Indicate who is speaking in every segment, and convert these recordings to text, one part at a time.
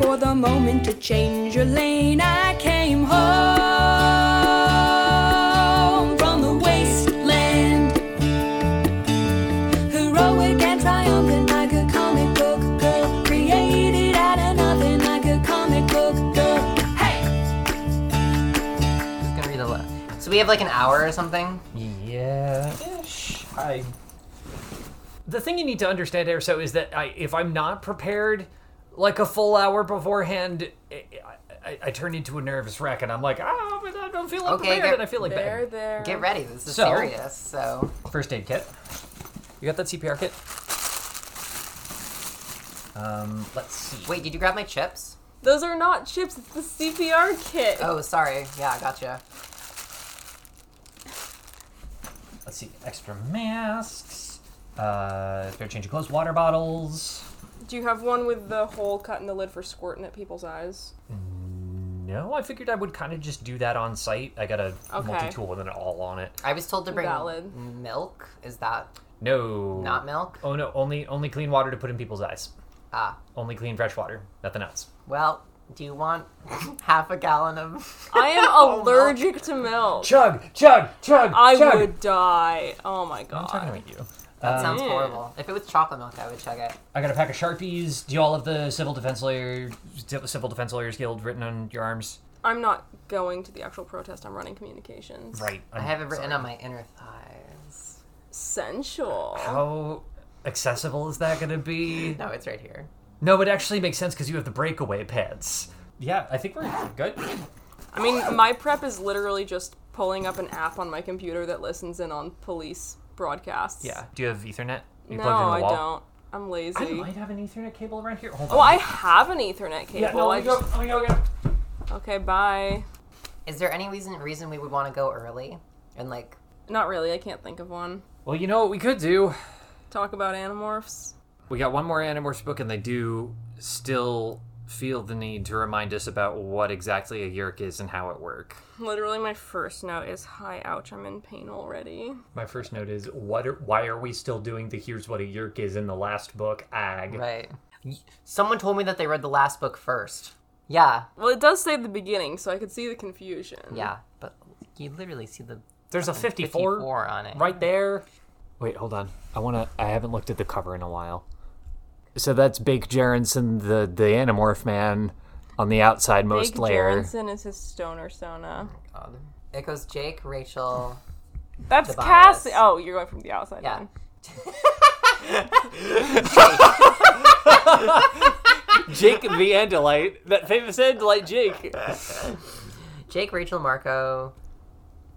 Speaker 1: moment to change your lane. I came home from the wasteland. Heroic and triumphant like a comic book girl. Created out of nothing like a comic book girl. Hey!
Speaker 2: It's gonna be the la- So we have like an hour or something.
Speaker 3: Yeah. Ish. I.
Speaker 4: the thing you need to understand here, so is that I, if I'm not prepared, like a full hour beforehand, I, I, I turn into a nervous wreck, and I'm like, ah, but I don't feel like
Speaker 2: Okay,
Speaker 4: prepared,
Speaker 2: get-
Speaker 4: and I feel like
Speaker 5: There,
Speaker 4: bad.
Speaker 5: there.
Speaker 2: Get ready. This is
Speaker 4: So-
Speaker 2: serious. So
Speaker 3: First aid kit.
Speaker 4: You got that CPR kit?
Speaker 3: Um, let's see.
Speaker 2: wait, did you grab my chips?
Speaker 5: Those are not chips. It's the CPR kit.
Speaker 2: Oh, sorry. Yeah, gotcha.
Speaker 3: Let's see. Extra masks. Uh, fair change of clothes. Water bottles.
Speaker 5: Do you have one with the hole cut in the lid for squirting at people's eyes?
Speaker 4: No, I figured I would kind of just do that on site. I got a
Speaker 5: Okay.
Speaker 4: multi-tool with an all on it.
Speaker 2: I was told to bring
Speaker 5: Valid.
Speaker 2: milk. Is that
Speaker 4: No,
Speaker 2: not milk?
Speaker 4: Oh no, only only clean water to put in people's eyes.
Speaker 2: Ah,
Speaker 4: Only clean fresh water, nothing else.
Speaker 2: well. Do you want half a gallon of?
Speaker 5: I
Speaker 4: Oh,
Speaker 5: am allergic to milk.
Speaker 3: Chug, chug, chug,
Speaker 5: I
Speaker 3: chug.
Speaker 5: would die. Oh my
Speaker 4: I'm talking
Speaker 5: god.
Speaker 4: about you.
Speaker 2: That sounds
Speaker 5: Mm.
Speaker 2: horrible. If it was chocolate milk, I would chug it.
Speaker 3: I got a pack of sharpies. Do you all have the civil defense lawyer?
Speaker 4: Civil Defense Lawyers Guild written on your arms.
Speaker 5: I'm not going to the actual protest. I'm running communications.
Speaker 4: Right.
Speaker 2: I
Speaker 4: I'm
Speaker 2: have it written
Speaker 4: sorry.
Speaker 2: on my inner thighs.
Speaker 5: Sensual.
Speaker 4: How accessible is that going to be?
Speaker 2: No, it's right here.
Speaker 4: No, it actually makes sense because you have the breakaway pads.
Speaker 3: Yeah, I think we're good.
Speaker 5: I mean, my prep is literally just pulling up an app on my computer that listens in on police broadcasts.
Speaker 4: Do you have Ethernet? You
Speaker 5: no,
Speaker 4: plugged in the
Speaker 5: I
Speaker 4: wall?
Speaker 5: don't. I'm lazy.
Speaker 3: I might have an Ethernet cable around here. Hold
Speaker 5: Oh,
Speaker 3: on.
Speaker 5: I have an Ethernet cable.
Speaker 3: Yeah, no,
Speaker 5: I
Speaker 3: let me go.
Speaker 5: just...
Speaker 3: Let me go. Get
Speaker 5: Okay, bye.
Speaker 2: Is there any reason reason we would want to go early and like
Speaker 5: Not really. I can't think of one.
Speaker 4: Well, you know what we could do?
Speaker 5: Talk about animorphs.
Speaker 4: We got one more Animorphs book, and they do still feel the need to remind us about what exactly a yerk is and how it works.
Speaker 5: Literally, my first note is "Hi, ouch! I'm in pain already."
Speaker 4: My first note is what? Are, why are we still doing the here's what a yerk is in the last book? Ag.
Speaker 2: Right. Someone told me that they read the last book first. Yeah,
Speaker 5: Well, it does say the beginning, so I could see the confusion.
Speaker 2: yeah, but you literally see the
Speaker 4: There's a
Speaker 2: 54,
Speaker 4: 54
Speaker 2: on it.
Speaker 4: right there. Wait, hold on. I want to. I haven't looked at the cover in a while. So that's Bake Jarenson, the the Animorph man, on the outside most
Speaker 5: Big
Speaker 4: layer.
Speaker 5: Jarenson is his stoner sona.
Speaker 2: God. It goes Jake, Rachel.
Speaker 5: That's
Speaker 2: Tobias.
Speaker 5: Cassie. Oh, you're going from the outside.
Speaker 2: Yeah.
Speaker 5: in.
Speaker 4: Jake the Andalite, that famous Andalite Jake.
Speaker 2: Jake, Rachel, Marco.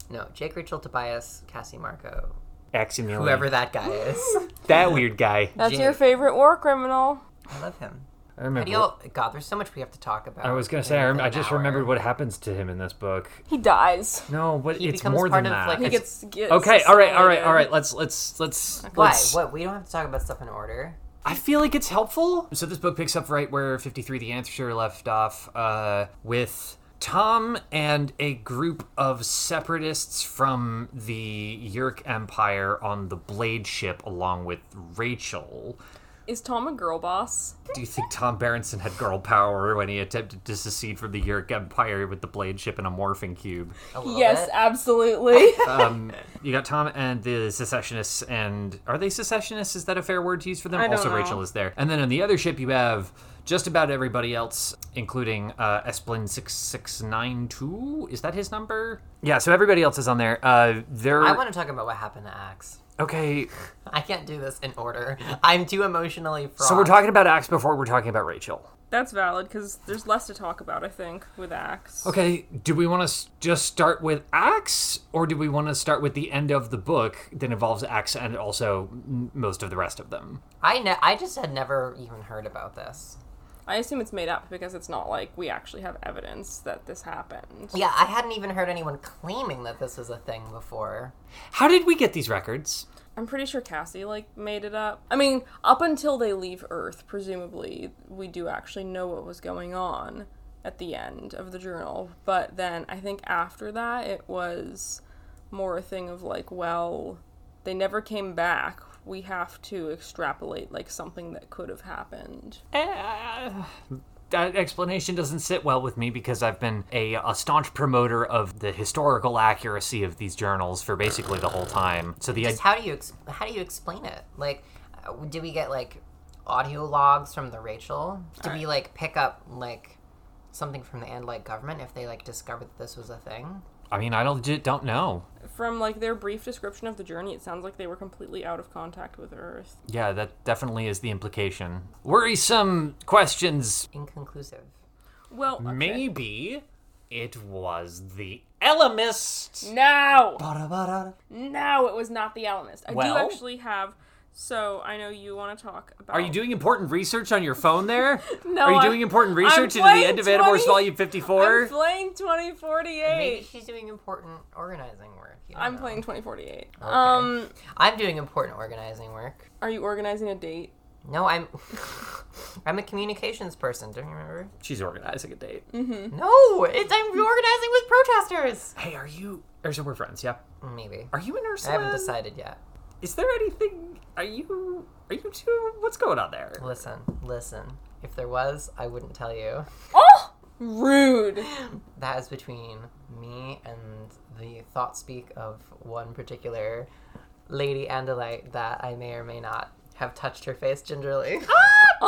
Speaker 2: No, Jake, Rachel, Tobias, Cassie, Marco.
Speaker 4: Axiomulian.
Speaker 2: Whoever that guy is.
Speaker 4: that weird guy.
Speaker 5: That's
Speaker 2: Jake.
Speaker 5: your favorite war criminal.
Speaker 2: I love him.
Speaker 4: I remember.
Speaker 2: Do you- God, there's so much we have to talk about.
Speaker 4: I was gonna say. I, rem-
Speaker 2: Within
Speaker 4: I
Speaker 2: an
Speaker 4: just
Speaker 2: hour.
Speaker 4: remembered what happens to him in this book.
Speaker 5: He dies.
Speaker 4: No, but
Speaker 2: He
Speaker 4: it's
Speaker 2: becomes
Speaker 4: more
Speaker 2: part
Speaker 4: than
Speaker 2: of,
Speaker 4: that.
Speaker 2: like, a-
Speaker 5: He gets, gets
Speaker 4: okay. All right. All right.
Speaker 5: assassinated.
Speaker 4: All right. Let's let's let's
Speaker 2: Why?
Speaker 4: let's.
Speaker 2: What? We don't have to talk about stuff in order.
Speaker 4: I feel like it's helpful. So this book picks up right where 53 the Answer left off uh, with Tom and a group of separatists from the Yurk Empire on the Blade ship along with Rachel.
Speaker 5: Is Tom a girl boss?
Speaker 4: Do you think Tom Berenson had girl power when he attempted to secede from the Yurk Empire with the Blade ship and a morphing cube?
Speaker 2: A little
Speaker 5: yes,
Speaker 2: bit.
Speaker 5: absolutely.
Speaker 4: Um, you got Tom and the secessionists, and are they secessionists? Is that a fair word to use for them?
Speaker 5: I don't
Speaker 4: also,
Speaker 5: know.
Speaker 4: Rachel is there. And then on the other ship, you have just about everybody else, including uh, Esplin six six nine two. Is that his number? Yeah. So everybody else is on there. Uh, they're
Speaker 2: I want to talk about what happened to Axe.
Speaker 4: okay.
Speaker 2: I can't do this in order. I'm too emotionally fraught.
Speaker 4: So we're talking about Axe before we're talking about Rachel.
Speaker 5: That's valid because there's less to talk about, I think, with Axe.
Speaker 4: Okay. Do we want to just start with Axe, or do we want to start with the end of the book that involves Axe and also m- most of the rest of them?
Speaker 2: I ne- I just had never even heard about this.
Speaker 5: I assume it's made up because it's not like we actually have evidence that this happened.
Speaker 2: Yeah, I hadn't even heard anyone claiming that this was a thing before.
Speaker 4: How did we get these records?
Speaker 5: I'm pretty sure Cassie like made it up. I mean, up until they leave Earth, presumably we do actually know what was going on at the end of the journal. But then I think after that it was more a thing of like, well, they never came back. We have to extrapolate like something that could have happened.
Speaker 4: Eh, that explanation doesn't sit well with me because I've been a, a staunch promoter of the historical accuracy of these journals for basically the whole time. So the
Speaker 2: Just how do you ex- how do you explain it? Like, uh, do we get like audio logs from the Rachel? Do we like pick up like something from the Andalite government if they like discovered that this was a thing?
Speaker 4: I mean, I legit don't know.
Speaker 5: From like their brief description of the journey, it sounds like they were completely out of contact with Earth.
Speaker 4: Yeah, that definitely is the implication. Worrisome questions.
Speaker 2: Inconclusive.
Speaker 5: Well, okay.
Speaker 4: Maybe it was the Elemist.
Speaker 5: No,
Speaker 3: Ba-da-ba-da.
Speaker 5: no, it was not the Alamist. I
Speaker 4: Well?
Speaker 5: do actually have. So I know you want to talk about.
Speaker 4: Are you doing important research on your phone there?
Speaker 5: No,
Speaker 4: Are you
Speaker 5: I'm-
Speaker 4: doing important
Speaker 5: I'm
Speaker 4: research into
Speaker 5: playing
Speaker 4: the end of Animorphs
Speaker 5: 20
Speaker 4: Volume
Speaker 5: I'm
Speaker 4: 54?
Speaker 5: playing 2048.
Speaker 2: Maybe she's doing important organizing work. You don't
Speaker 5: I'm
Speaker 2: know.
Speaker 5: playing 2048.
Speaker 2: Okay.
Speaker 5: Um,
Speaker 2: I'm doing important organizing work.
Speaker 5: are you organizing a date?
Speaker 2: No, I'm. I'm a communications person. Don't you remember?
Speaker 4: She's organizing a date.
Speaker 5: Mm.
Speaker 2: No, it's I'm reorganizing with protesters.
Speaker 4: Hey, are you. Or so we're friends, yeah.
Speaker 2: Maybe
Speaker 4: Are you in
Speaker 2: I
Speaker 4: Ursula?
Speaker 2: haven't decided yet.
Speaker 4: Is there anything. Are you. Are you two. What's going on there?
Speaker 2: Listen, listen. If there was, I wouldn't tell you.
Speaker 5: Oh, rude.
Speaker 2: That is between me and the thought speak of one particular lady Andalite that I may or may not have touched her face gingerly.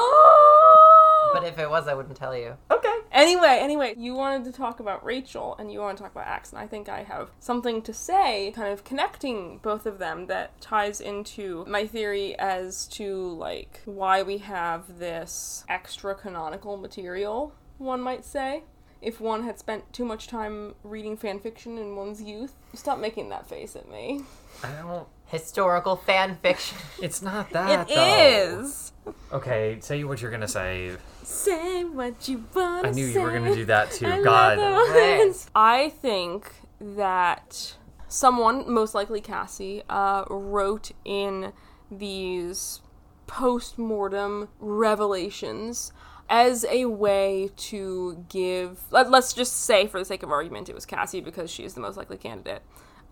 Speaker 5: Oh.
Speaker 2: but if it was, I wouldn't tell you.
Speaker 4: Okay.
Speaker 5: Anyway, anyway, you wanted to talk about Rachel and you want to talk about Axe, and I think I have something to say, kind of connecting both of them that ties into my theory as to like why we have this extra canonical material, one might say. If one had spent too much time reading fanfiction in one's youth, stop making that face at me.
Speaker 4: I don't.
Speaker 2: Historical fan fiction.
Speaker 4: It's not that.
Speaker 5: It
Speaker 4: though.
Speaker 5: is.
Speaker 4: Okay, say what you're gonna say.
Speaker 5: Say what you want.
Speaker 4: I knew you were gonna do that too.
Speaker 5: I
Speaker 4: God.
Speaker 5: love the
Speaker 2: Right.
Speaker 5: ones. I think that someone, most likely Cassie, uh, wrote in these post-mortem revelations as a way to give. Let, let's just say, for the sake of argument, it was Cassie because she is the most likely candidate,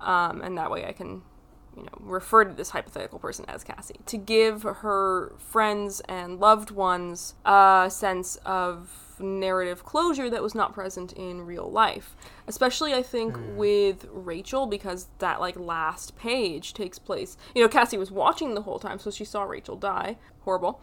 Speaker 5: um, and that way I can. You know, refer to this hypothetical person as Cassie to give her friends and loved ones a sense of narrative closure that was not present in real life especially i think with rachel because that like last page takes place you know cassie was watching the whole time so she saw rachel die horrible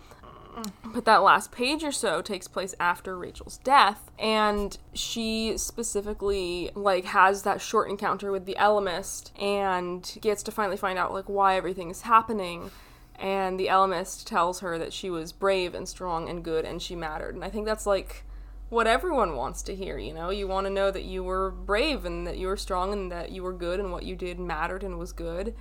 Speaker 5: but that last page or so takes place after Rachel's death, and she specifically like has that short encounter with the Elemist and gets to finally find out like why everything is happening. And the Elemist tells her that she was brave and strong and good and she mattered. And I think that's like what everyone wants to hear, you know? You want to know that you were brave and that you were strong and that you were good and what you did mattered and was good.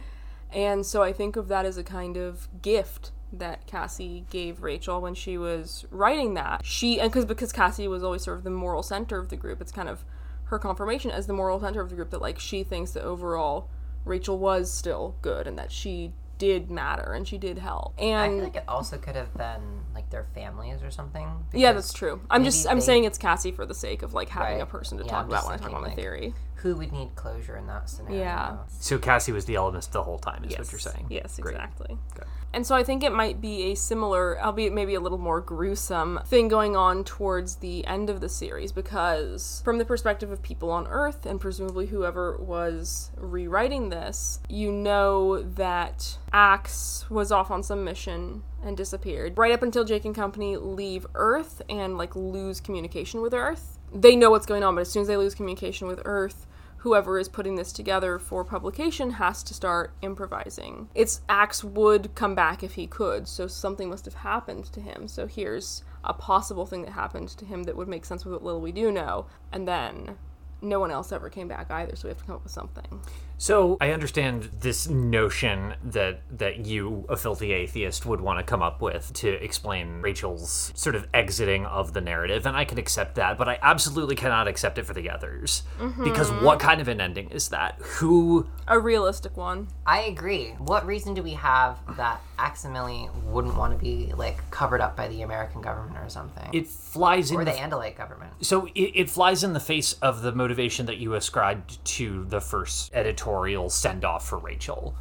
Speaker 5: And so I think of that as a kind of gift that Cassie gave Rachel when she was writing that. She and because because Cassie was always sort of the moral center of the group, it's kind of her confirmation as the moral center of the group that like she thinks that overall Rachel was still good and that she did matter and she did help.
Speaker 2: I feel
Speaker 5: And
Speaker 2: like it also could have been like their families or something.
Speaker 5: yeah,
Speaker 2: because
Speaker 5: that's true. I'm
Speaker 2: maybe
Speaker 5: just I'm
Speaker 2: they-
Speaker 5: saying it's Cassie for the sake of like having a
Speaker 2: Right.
Speaker 5: person to
Speaker 2: Yeah,
Speaker 5: talk
Speaker 2: I'm
Speaker 5: about
Speaker 2: just
Speaker 5: when I talk
Speaker 2: thinking,
Speaker 5: about my
Speaker 2: like,
Speaker 5: theory.
Speaker 2: Who would need closure in that scenario?
Speaker 5: Yeah.
Speaker 4: So Cassie was the elements the whole time, is what you're
Speaker 5: Yes.
Speaker 4: saying.
Speaker 5: Yes,
Speaker 4: Great.
Speaker 5: exactly.
Speaker 4: Okay.
Speaker 5: And so I think it might be a similar, albeit maybe a little more gruesome, thing going on towards the end of the series because, from the perspective of people on Earth, and presumably whoever was rewriting this, you know that Axe was off on some mission and disappeared. Right up until Jake and company leave Earth and like lose communication with Earth, they know what's going on, but as soon as they lose communication with Earth, whoever is putting this together for publication has to start improvising. It's Axe would come back if he could, so something must have happened to him. So here's a possible thing that happened to him that would make sense with what little we do know. And then no one else ever came back either, so we have to come up with something.
Speaker 4: So I understand this notion that that you, a filthy atheist, would want to come up with to explain Rachel's sort of exiting of the narrative, and I can accept that, but I absolutely cannot accept it for the others. Because what kind of an ending is that? Who
Speaker 5: A realistic one.
Speaker 2: I agree. What reason do we have that Aximili wouldn't want to be like covered up by the American government or something,
Speaker 4: it flies in
Speaker 2: or the
Speaker 4: the
Speaker 2: Andalite government?
Speaker 4: so it, it flies in the face of the motivation that you ascribed to the first editorial send off for Rachel.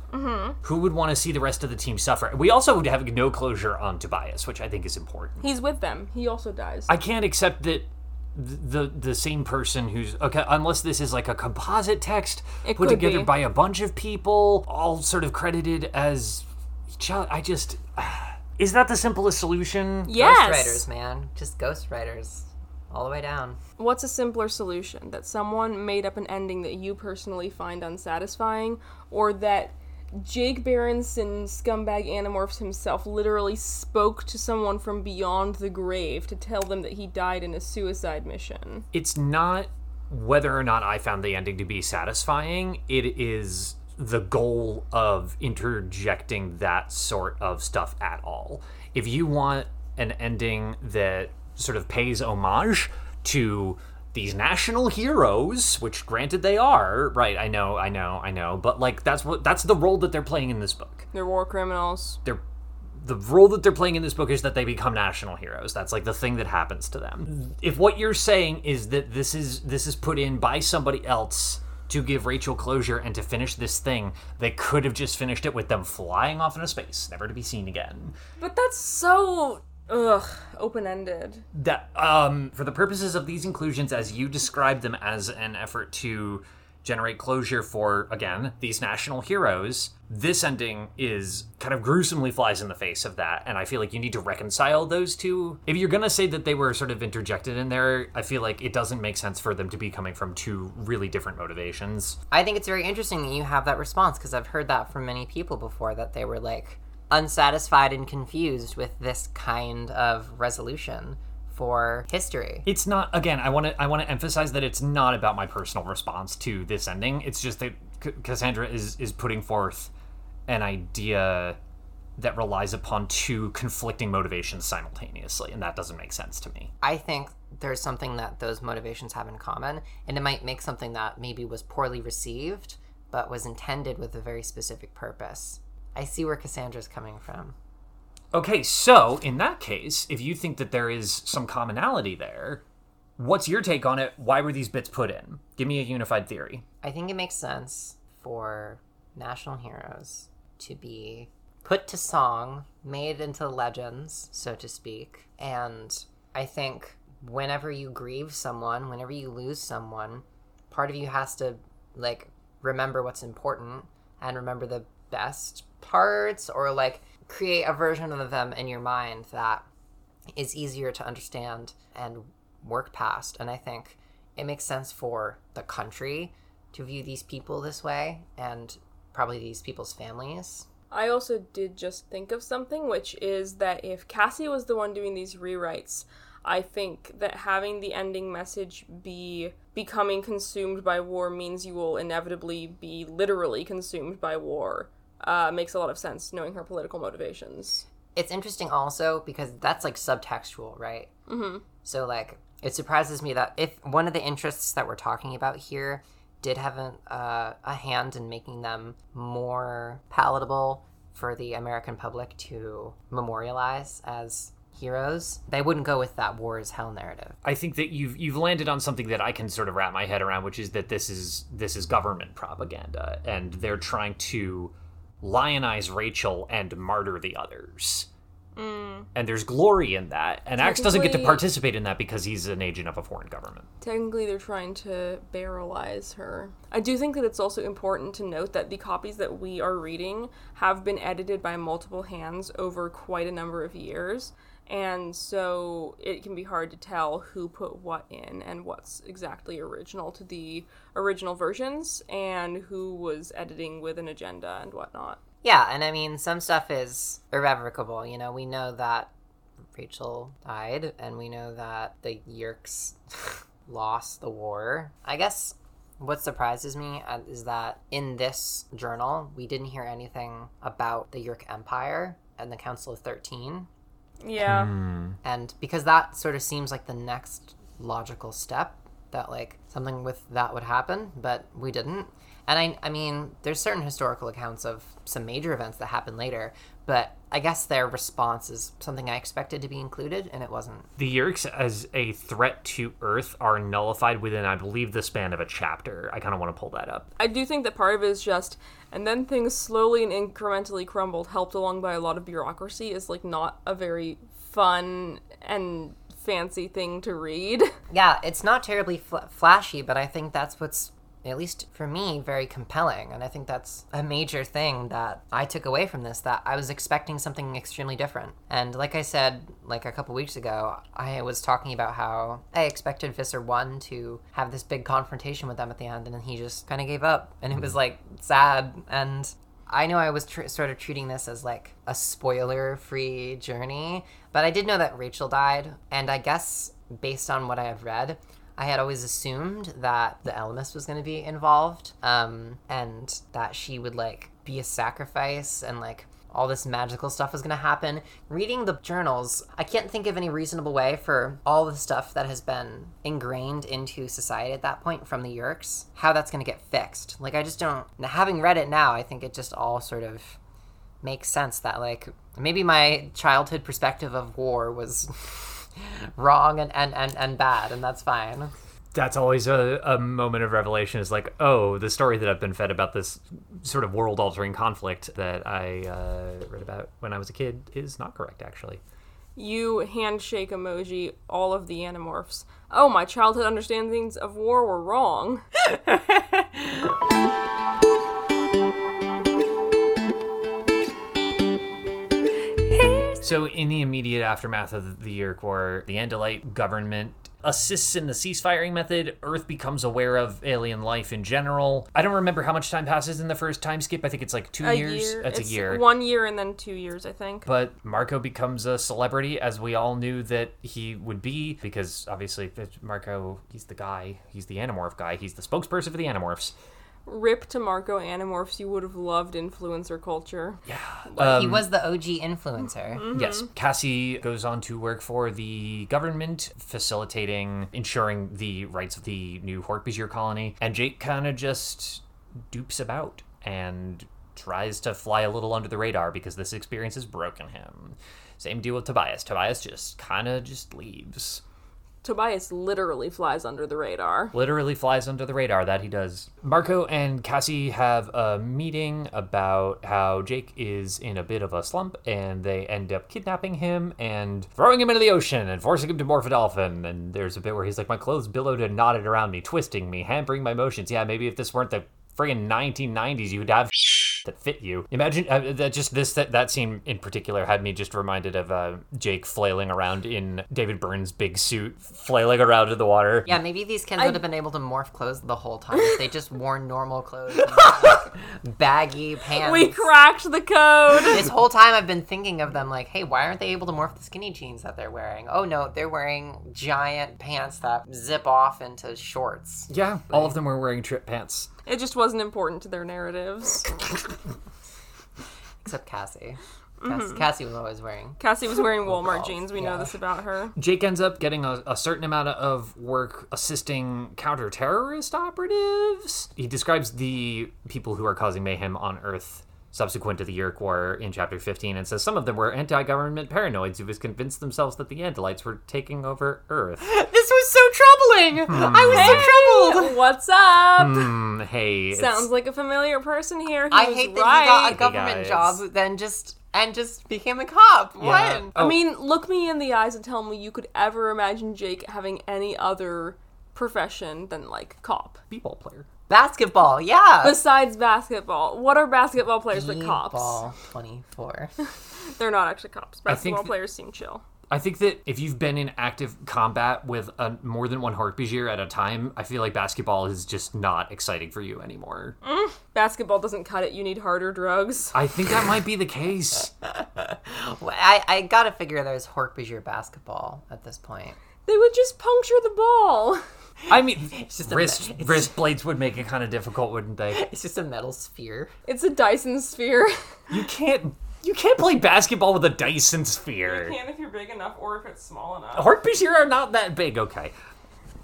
Speaker 4: Who would want to see the rest of the team suffer? We also would have no closure on Tobias, which I think is important.
Speaker 5: He's with them. He also dies.
Speaker 4: I can't accept that th- the the same person who's okay unless this is like a composite text
Speaker 5: It
Speaker 4: put
Speaker 5: could
Speaker 4: together
Speaker 5: be.
Speaker 4: by a bunch of people all sort of credited as each other. I just is that the simplest solution?
Speaker 5: yes.
Speaker 2: Ghostwriters, man. Just ghostwriters. All the way down.
Speaker 5: What's a simpler solution? That someone made up an ending that you personally find unsatisfying, or that Jake Berenson, scumbag Animorphs himself, literally spoke to someone from beyond the grave to tell them that he died in a suicide mission.
Speaker 4: It's not whether or not I found the ending to be satisfying. It is the goal of interjecting that sort of stuff at all. If you want an ending that sort of pays homage to these national heroes, which granted they are, right? I know, I know, I know, but like that's what that's the role that they're playing in this book.
Speaker 5: They're war criminals.
Speaker 4: They're the role that they're playing in this book is that they become national heroes. That's like the thing that happens to them. If what you're saying is that this is this is put in by somebody else to give Rachel closure and to finish this thing, they could have just finished it with them flying off into space, never to be seen again.
Speaker 5: But that's so. Ugh, open ended.
Speaker 4: That um for the purposes of these inclusions as you describe them as an effort to generate closure for again these national heroes this ending is kind of gruesomely flies in the face of that and i feel like you need to reconcile those two if you're going to say that they were sort of interjected in there i feel like it doesn't make sense for them to be coming from two really different motivations
Speaker 2: I think it's very interesting that you have that response because I've heard that from many people before that they were like unsatisfied and confused with this kind of resolution for history.
Speaker 4: it's not again i want to i want to emphasize that it's not about my personal response to this ending it's just that C- cassandra is is putting forth an idea that relies upon two conflicting motivations simultaneously and that doesn't make sense to me
Speaker 2: I think there's something that those motivations have in common, and it might make something that maybe was poorly received but was intended with a very specific purpose. I see where Cassandra's coming from.
Speaker 4: okay so in that case if you think that there is some commonality there what's your take on it why were these bits put in give me a unified theory
Speaker 2: I think it makes sense for national heroes to be put to song, made into legends, so to speak. And I think whenever you grieve someone, whenever you lose someone, part of you has to like remember what's important and remember the best parts or like create a version of them in your mind that is easier to understand and work past. And I think it makes sense for the country to view these people this way and probably these people's families.
Speaker 5: I also did just think of something, which is that if Cassie was the one doing these rewrites, I think that having the ending message be becoming consumed by war means you will inevitably be literally consumed by war. Uh, makes a lot of sense knowing her political motivations.
Speaker 2: It's interesting also because that's like subtextual, right? Mm-hmm. So, like, it surprises me that if one of the interests that we're talking about here did have an, uh, a hand in making them more palatable for the American public to memorialize as heroes, they wouldn't go with that war is hell narrative.
Speaker 4: I think that you've you've landed on something that I can sort of wrap my head around, which is that this is this is government propaganda, and they're trying to lionize Rachel and martyr the others. And there's glory in that, and Axe doesn't get to
Speaker 5: Technically-
Speaker 4: participate in that because he's an agent of a foreign government.
Speaker 5: Technically, they're trying to barrelize her. I do think that it's also important to note that the copies that we are reading have been edited by multiple hands over quite a number of years, and so it can be hard to tell who put what in and what's exactly original to the original versions and who was editing with an agenda and whatnot.
Speaker 2: Yeah, and I mean, some stuff is irrevocable. You know, we know that Rachel died, and we know that the Yerks lost the war. I guess what surprises me uh, is that in this journal, we didn't hear anything about the Yerk Empire and the Council of 13.
Speaker 5: Yeah.
Speaker 2: And because that sort of seems like the next logical step that like something with that would happen, but we didn't. And I, I mean, there's certain historical accounts of some major events that happened later, but I guess their response is something I expected to be included, and it wasn't.
Speaker 4: The Yurks as a threat to Earth are nullified within, I believe, the span of a chapter. I kind of want to pull that up.
Speaker 5: I do think that part of it is just, and then things slowly and incrementally crumbled, helped along by a lot of bureaucracy, is like not a very fun and fancy thing to read.
Speaker 2: Yeah, it's not terribly fl- flashy, but I think that's what's, at least for me, very compelling. And I think that's a major thing that I took away from this that I was expecting something extremely different. And like I said, like a couple weeks ago, I was talking about how I expected Visser 1 to have this big confrontation with them at the end, and then he just kind of gave up. And it was like sad. And I know I was tr- sort of treating this as like a spoiler free journey, but I did know that Rachel died. And I guess based on what I have read, I had always assumed that the Elemis was going to be involved um, and that she would like be a sacrifice and like all this magical stuff was going to happen. Reading the journals, I can't think of any reasonable way for all the stuff that has been ingrained into society at that point from the Yurks, how that's going to get fixed. Like, I just don't. Having read it now, I think it just all sort of makes sense that, like, maybe my childhood perspective of war was wrong and, and, and, and bad, and that's fine.
Speaker 4: That's always a, a moment of revelation is like, oh, the story that I've been fed about this sort of world altering conflict that I uh, read about when I was a kid is not correct, actually.
Speaker 5: you handshake emoji, all of the animorphs. Oh, my childhood understandings of war were wrong.
Speaker 4: So, in the immediate aftermath of the York War, the Andalite government assists in the ceasefiring method. Earth becomes aware of alien life in general. I don't remember how much time passes in the first time skip. I think it's like two years. That's
Speaker 5: It's
Speaker 4: a year.
Speaker 5: One year and then two years, I think.
Speaker 4: but Marco becomes a celebrity, as we all knew that he would be, because obviously if Marco, he's the guy, he's the Animorph guy, he's the spokesperson for the Animorphs.
Speaker 5: Rip to Marco Animorphs, you would have loved influencer culture.
Speaker 2: he was the OG influencer.
Speaker 4: Yes. Cassie goes on to work for the government, facilitating, ensuring the rights of the new Hork-Bajir colony. And Jake kind of just dupes about and tries to fly a little under the radar because this experience has broken him. Same deal with Tobias. Tobias just kind of just leaves.
Speaker 5: Tobias literally flies under the radar.
Speaker 4: literally flies under the radar that he does. Marco and Cassie have a meeting about how Jake is in a bit of a slump and they end up kidnapping him and throwing him into the ocean and forcing him to morph a dolphin. And there's a bit where he's like, My clothes billowed and knotted around me, twisting me, hampering my motions. Yeah, maybe if this weren't the friggin' 1990s, you'd have that fit you. Imagine uh, that just this that, that scene in particular had me just reminded of uh, Jake flailing around in David Byrne's big suit, flailing around in the water.
Speaker 2: Yeah, maybe these kids would have been able to morph clothes the whole time if they just wore normal clothes, and not, like, baggy pants.
Speaker 5: We cracked the code!
Speaker 2: this whole time I've been thinking of them like, hey, why aren't they able to morph the skinny jeans that they're wearing? Oh no, they're wearing giant pants that zip off into shorts.
Speaker 4: Yeah, all of them were wearing trip pants.
Speaker 5: it just wasn't important to their narratives.
Speaker 2: Except Cassie. Cass- Cassie was always wearing.
Speaker 5: Cassie was
Speaker 2: Oh,
Speaker 5: wearing Walmart jeans. We know this about her.
Speaker 4: Jake ends up getting a, a certain amount of work assisting counter-terrorist operatives. He describes the people who are causing mayhem on Earth subsequent to the York War in Chapter 15 and says some of them were anti-government paranoids who was convinced themselves that the Andalites were taking over Earth.
Speaker 2: This was so troubling. I was so troubled.
Speaker 5: What's up?
Speaker 4: Hmm, hey, it's-
Speaker 5: Sounds like a familiar person here. He
Speaker 2: I
Speaker 5: was
Speaker 2: hate that
Speaker 5: right.
Speaker 2: he got a government
Speaker 4: guys.
Speaker 2: job, then just and just became a cop.
Speaker 4: Yeah.
Speaker 2: What?
Speaker 5: I
Speaker 4: Oh,
Speaker 5: mean, look me in the eyes and tell me you could ever imagine Jake having any other profession than like cop.
Speaker 4: b-ball player.
Speaker 2: Basketball. Yeah.
Speaker 5: Besides basketball, what are basketball players but cops?
Speaker 2: Ball twenty-four.
Speaker 5: They're not actually cops.
Speaker 4: think
Speaker 5: Basketball
Speaker 4: th-
Speaker 5: players seem chill.
Speaker 4: I think that if you've been in active combat with a, more than one Hork-Bajir at a time, I feel like basketball is just not exciting for you anymore.
Speaker 5: Basketball doesn't cut it. You need harder drugs.
Speaker 4: I think that might be the case.
Speaker 2: Well, I, I gotta figure there's Hork-Bajir basketball at this point.
Speaker 5: They would just puncture the ball.
Speaker 4: I mean,
Speaker 2: just a
Speaker 4: wrist
Speaker 2: me- it's-
Speaker 4: wrist blades would make it kind of difficult, wouldn't they?
Speaker 2: It's just a metal sphere.
Speaker 5: It's a Dyson sphere.
Speaker 4: You can't you can't play basketball with a Dyson sphere.
Speaker 5: if you're big enough or if it's small enough.
Speaker 4: Hork-Bajir are not that big. Okay,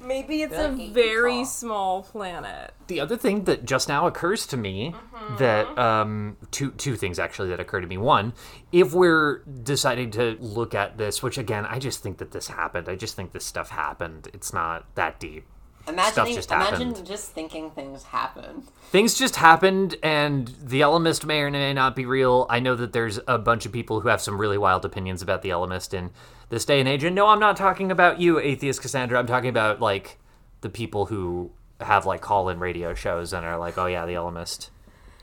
Speaker 5: Maybe it's
Speaker 2: They're like eight
Speaker 5: a
Speaker 2: feet
Speaker 5: very
Speaker 2: tall.
Speaker 5: small planet.
Speaker 4: The other thing that just now occurs to me that um, two two things actually that occur to me. One, if we're deciding to look at this, which again I just think that this happened. I just think this stuff happened. It's not that deep.
Speaker 2: Imagining,
Speaker 4: just
Speaker 2: imagine
Speaker 4: happened.
Speaker 2: just thinking things happen.
Speaker 4: Things just happened, and the Elemist may or may not be real. I know that there's a bunch of people who have some really wild opinions about the Elemist in this day and age. And no, I'm not talking about you, atheist Cassandra. I'm talking about like the people who have like call-in radio shows and are like, "Oh yeah, the Elemist."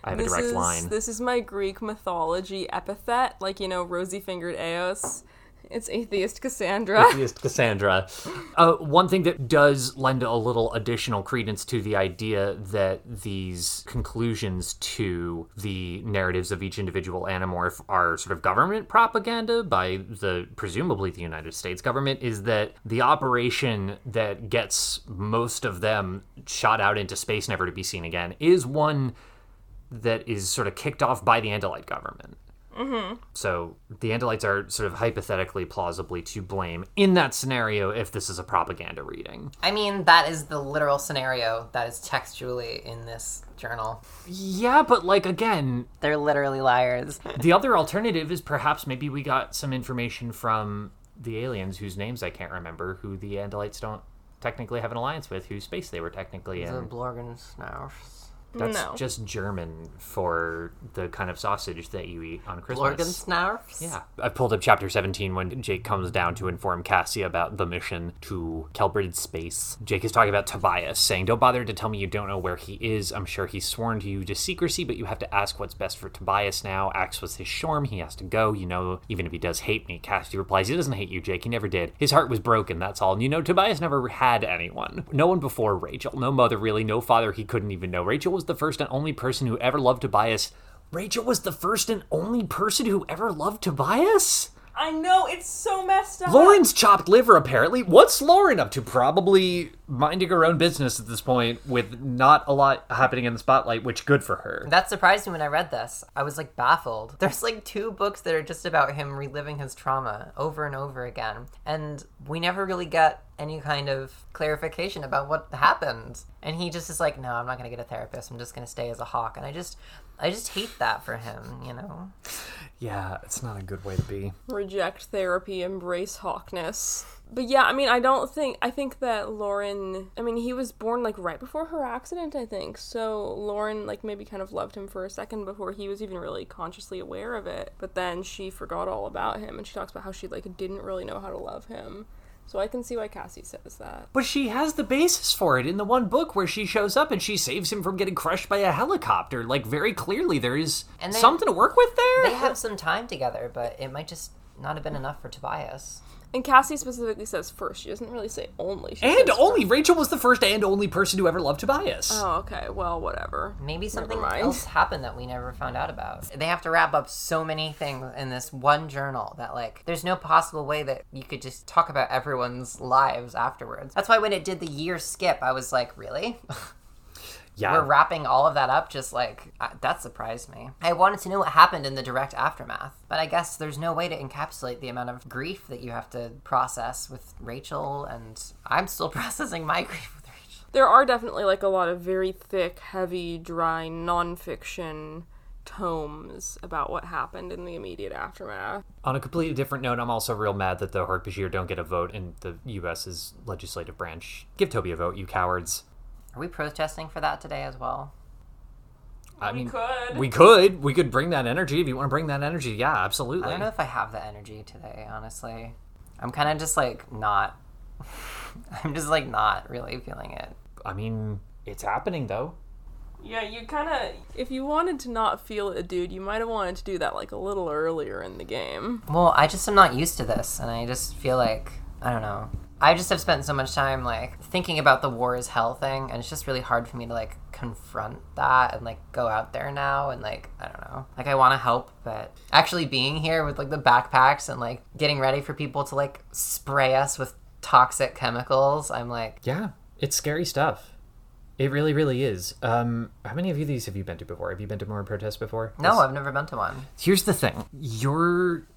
Speaker 4: I have a
Speaker 5: This
Speaker 4: direct
Speaker 5: is
Speaker 4: line.
Speaker 5: this is my Greek mythology epithet, like you know, rosy fingered Eos. It's atheist Cassandra.
Speaker 4: atheist Cassandra. Uh, one thing that does lend a little additional credence to the idea that these conclusions to the narratives of each individual anamorph are sort of government propaganda by the presumably the United States government is that the operation that gets most of them shot out into space never to be seen again is one that is sort of kicked off by the Andalite government. So the Andalites are sort of hypothetically, plausibly to blame in that scenario if this is a propaganda reading.
Speaker 2: I mean, that is the literal scenario that is textually in this journal.
Speaker 4: Yeah, but like again,
Speaker 2: They're literally liars.
Speaker 4: the other alternative is perhaps maybe we got some information from the aliens whose names I can't remember, who the Andalites don't technically have an alliance with, whose space they were technically
Speaker 2: the
Speaker 4: in.
Speaker 2: Blorgensnaufs.
Speaker 4: That's
Speaker 5: No.
Speaker 4: just German for the kind of sausage that you eat on Christmas.
Speaker 2: Blorgensnaufs?
Speaker 4: Yeah. I pulled up chapter 17 when Jake comes down to inform Cassie about the mission to Kelbrid space. Jake is talking about Tobias, saying, Don't bother to tell me you don't know where he is. I'm sure he's sworn to you to secrecy, but you have to ask what's best for Tobias now. Axe was his shorm. He has to go. You know, even if he does hate me, Cassie replies, He doesn't hate you, Jake. He never did. His heart was broken, that's all. And you know, Tobias never had anyone. No one before Rachel. No mother, really. No father he couldn't even know. Rachel was the first and only person who ever loved Tobias. Rachel was the first and only person who ever loved Tobias?
Speaker 5: I know it's so messed up.
Speaker 4: Lauren's chopped liver, apparently. What's Lauren up to? Probably minding her own business at this point with not a lot happening in the spotlight, which good for her.
Speaker 2: That surprised me when I read this. I was like baffled. There's like two books that are just about him reliving his trauma over and over again. And we never really got any kind of clarification about what happened. And he just is like, no, I'm not going to get a therapist. I'm just going to stay as a hawk. And I just, I just hate that for him, you know?
Speaker 4: Yeah, it's not a good way to be.
Speaker 5: reject therapy, embrace hawkness. But yeah, I mean, I don't think I think that Lauren. I mean, he was born like right before her accident, I think. So Lauren like maybe kind of loved him for a second before he was even really consciously aware of it. But then she forgot all about him, and she talks about how she like didn't really know how to love him. So I can see why Cassie says that.
Speaker 4: But she has the basis for it in the one book where she shows up and she saves him from getting crushed by a helicopter. Like, very clearly, there is
Speaker 2: And they-
Speaker 4: something to work with there.
Speaker 2: They have some time together, but it might just not have been enough for Tobias.
Speaker 5: And Cassie specifically says first. She doesn't really say only. She
Speaker 4: and
Speaker 5: says
Speaker 4: only Rachel was the first and only person who ever loved Tobias.
Speaker 5: Oh, okay. Well, whatever.
Speaker 2: Maybe something
Speaker 5: mind.
Speaker 2: else happened that we never found out about. They have to wrap up so many things in this one journal that, like, there's no possible way that you could just talk about everyone's lives afterwards. That's why when it did the year skip, I was like, really?
Speaker 4: yeah.
Speaker 2: We're wrapping all of that up? Just like, I, that surprised me. I wanted to know what happened in the direct aftermath, but I guess there's no way to encapsulate the amount of grief that you have to process with Rachel, and I'm still processing my grief with Rachel.
Speaker 5: there are definitely like a lot of very thick, heavy, dry nonfiction tomes about what happened in the immediate aftermath.
Speaker 4: On a completely different note, I'm also real mad that the Hork-Bashir don't get a vote in the U.S.'s legislative branch. Give Toby a vote, you cowards.
Speaker 2: Are we protesting for that today as well?
Speaker 4: I mean,
Speaker 5: could.
Speaker 4: we could. We could bring that energy if you want to bring that energy. Yeah,
Speaker 2: I
Speaker 4: absolutely.
Speaker 2: don't know if I have the energy today, honestly. I'm kind of just like not. I'm just like not really feeling it.
Speaker 4: I mean, it's happening though.
Speaker 5: Yeah, you kind of. If you wanted to not feel it, dude, you might have wanted to do that like a little earlier in the game.
Speaker 2: Well, I just am not used to this, and I just feel like I don't know. I just have spent so much time like thinking about the war is hell thing, and it's just really hard for me to like confront that and like go out there now and like I don't know. Like I want to help, but actually being here with like the backpacks and like getting ready for people to like spray us with toxic chemicals, I'm like
Speaker 4: Yeah, it's scary stuff. It really, really is. Um, how many of you these have you been to before? Have you been to more protests before?
Speaker 2: no, I've never been to one.
Speaker 4: Here's the thing: your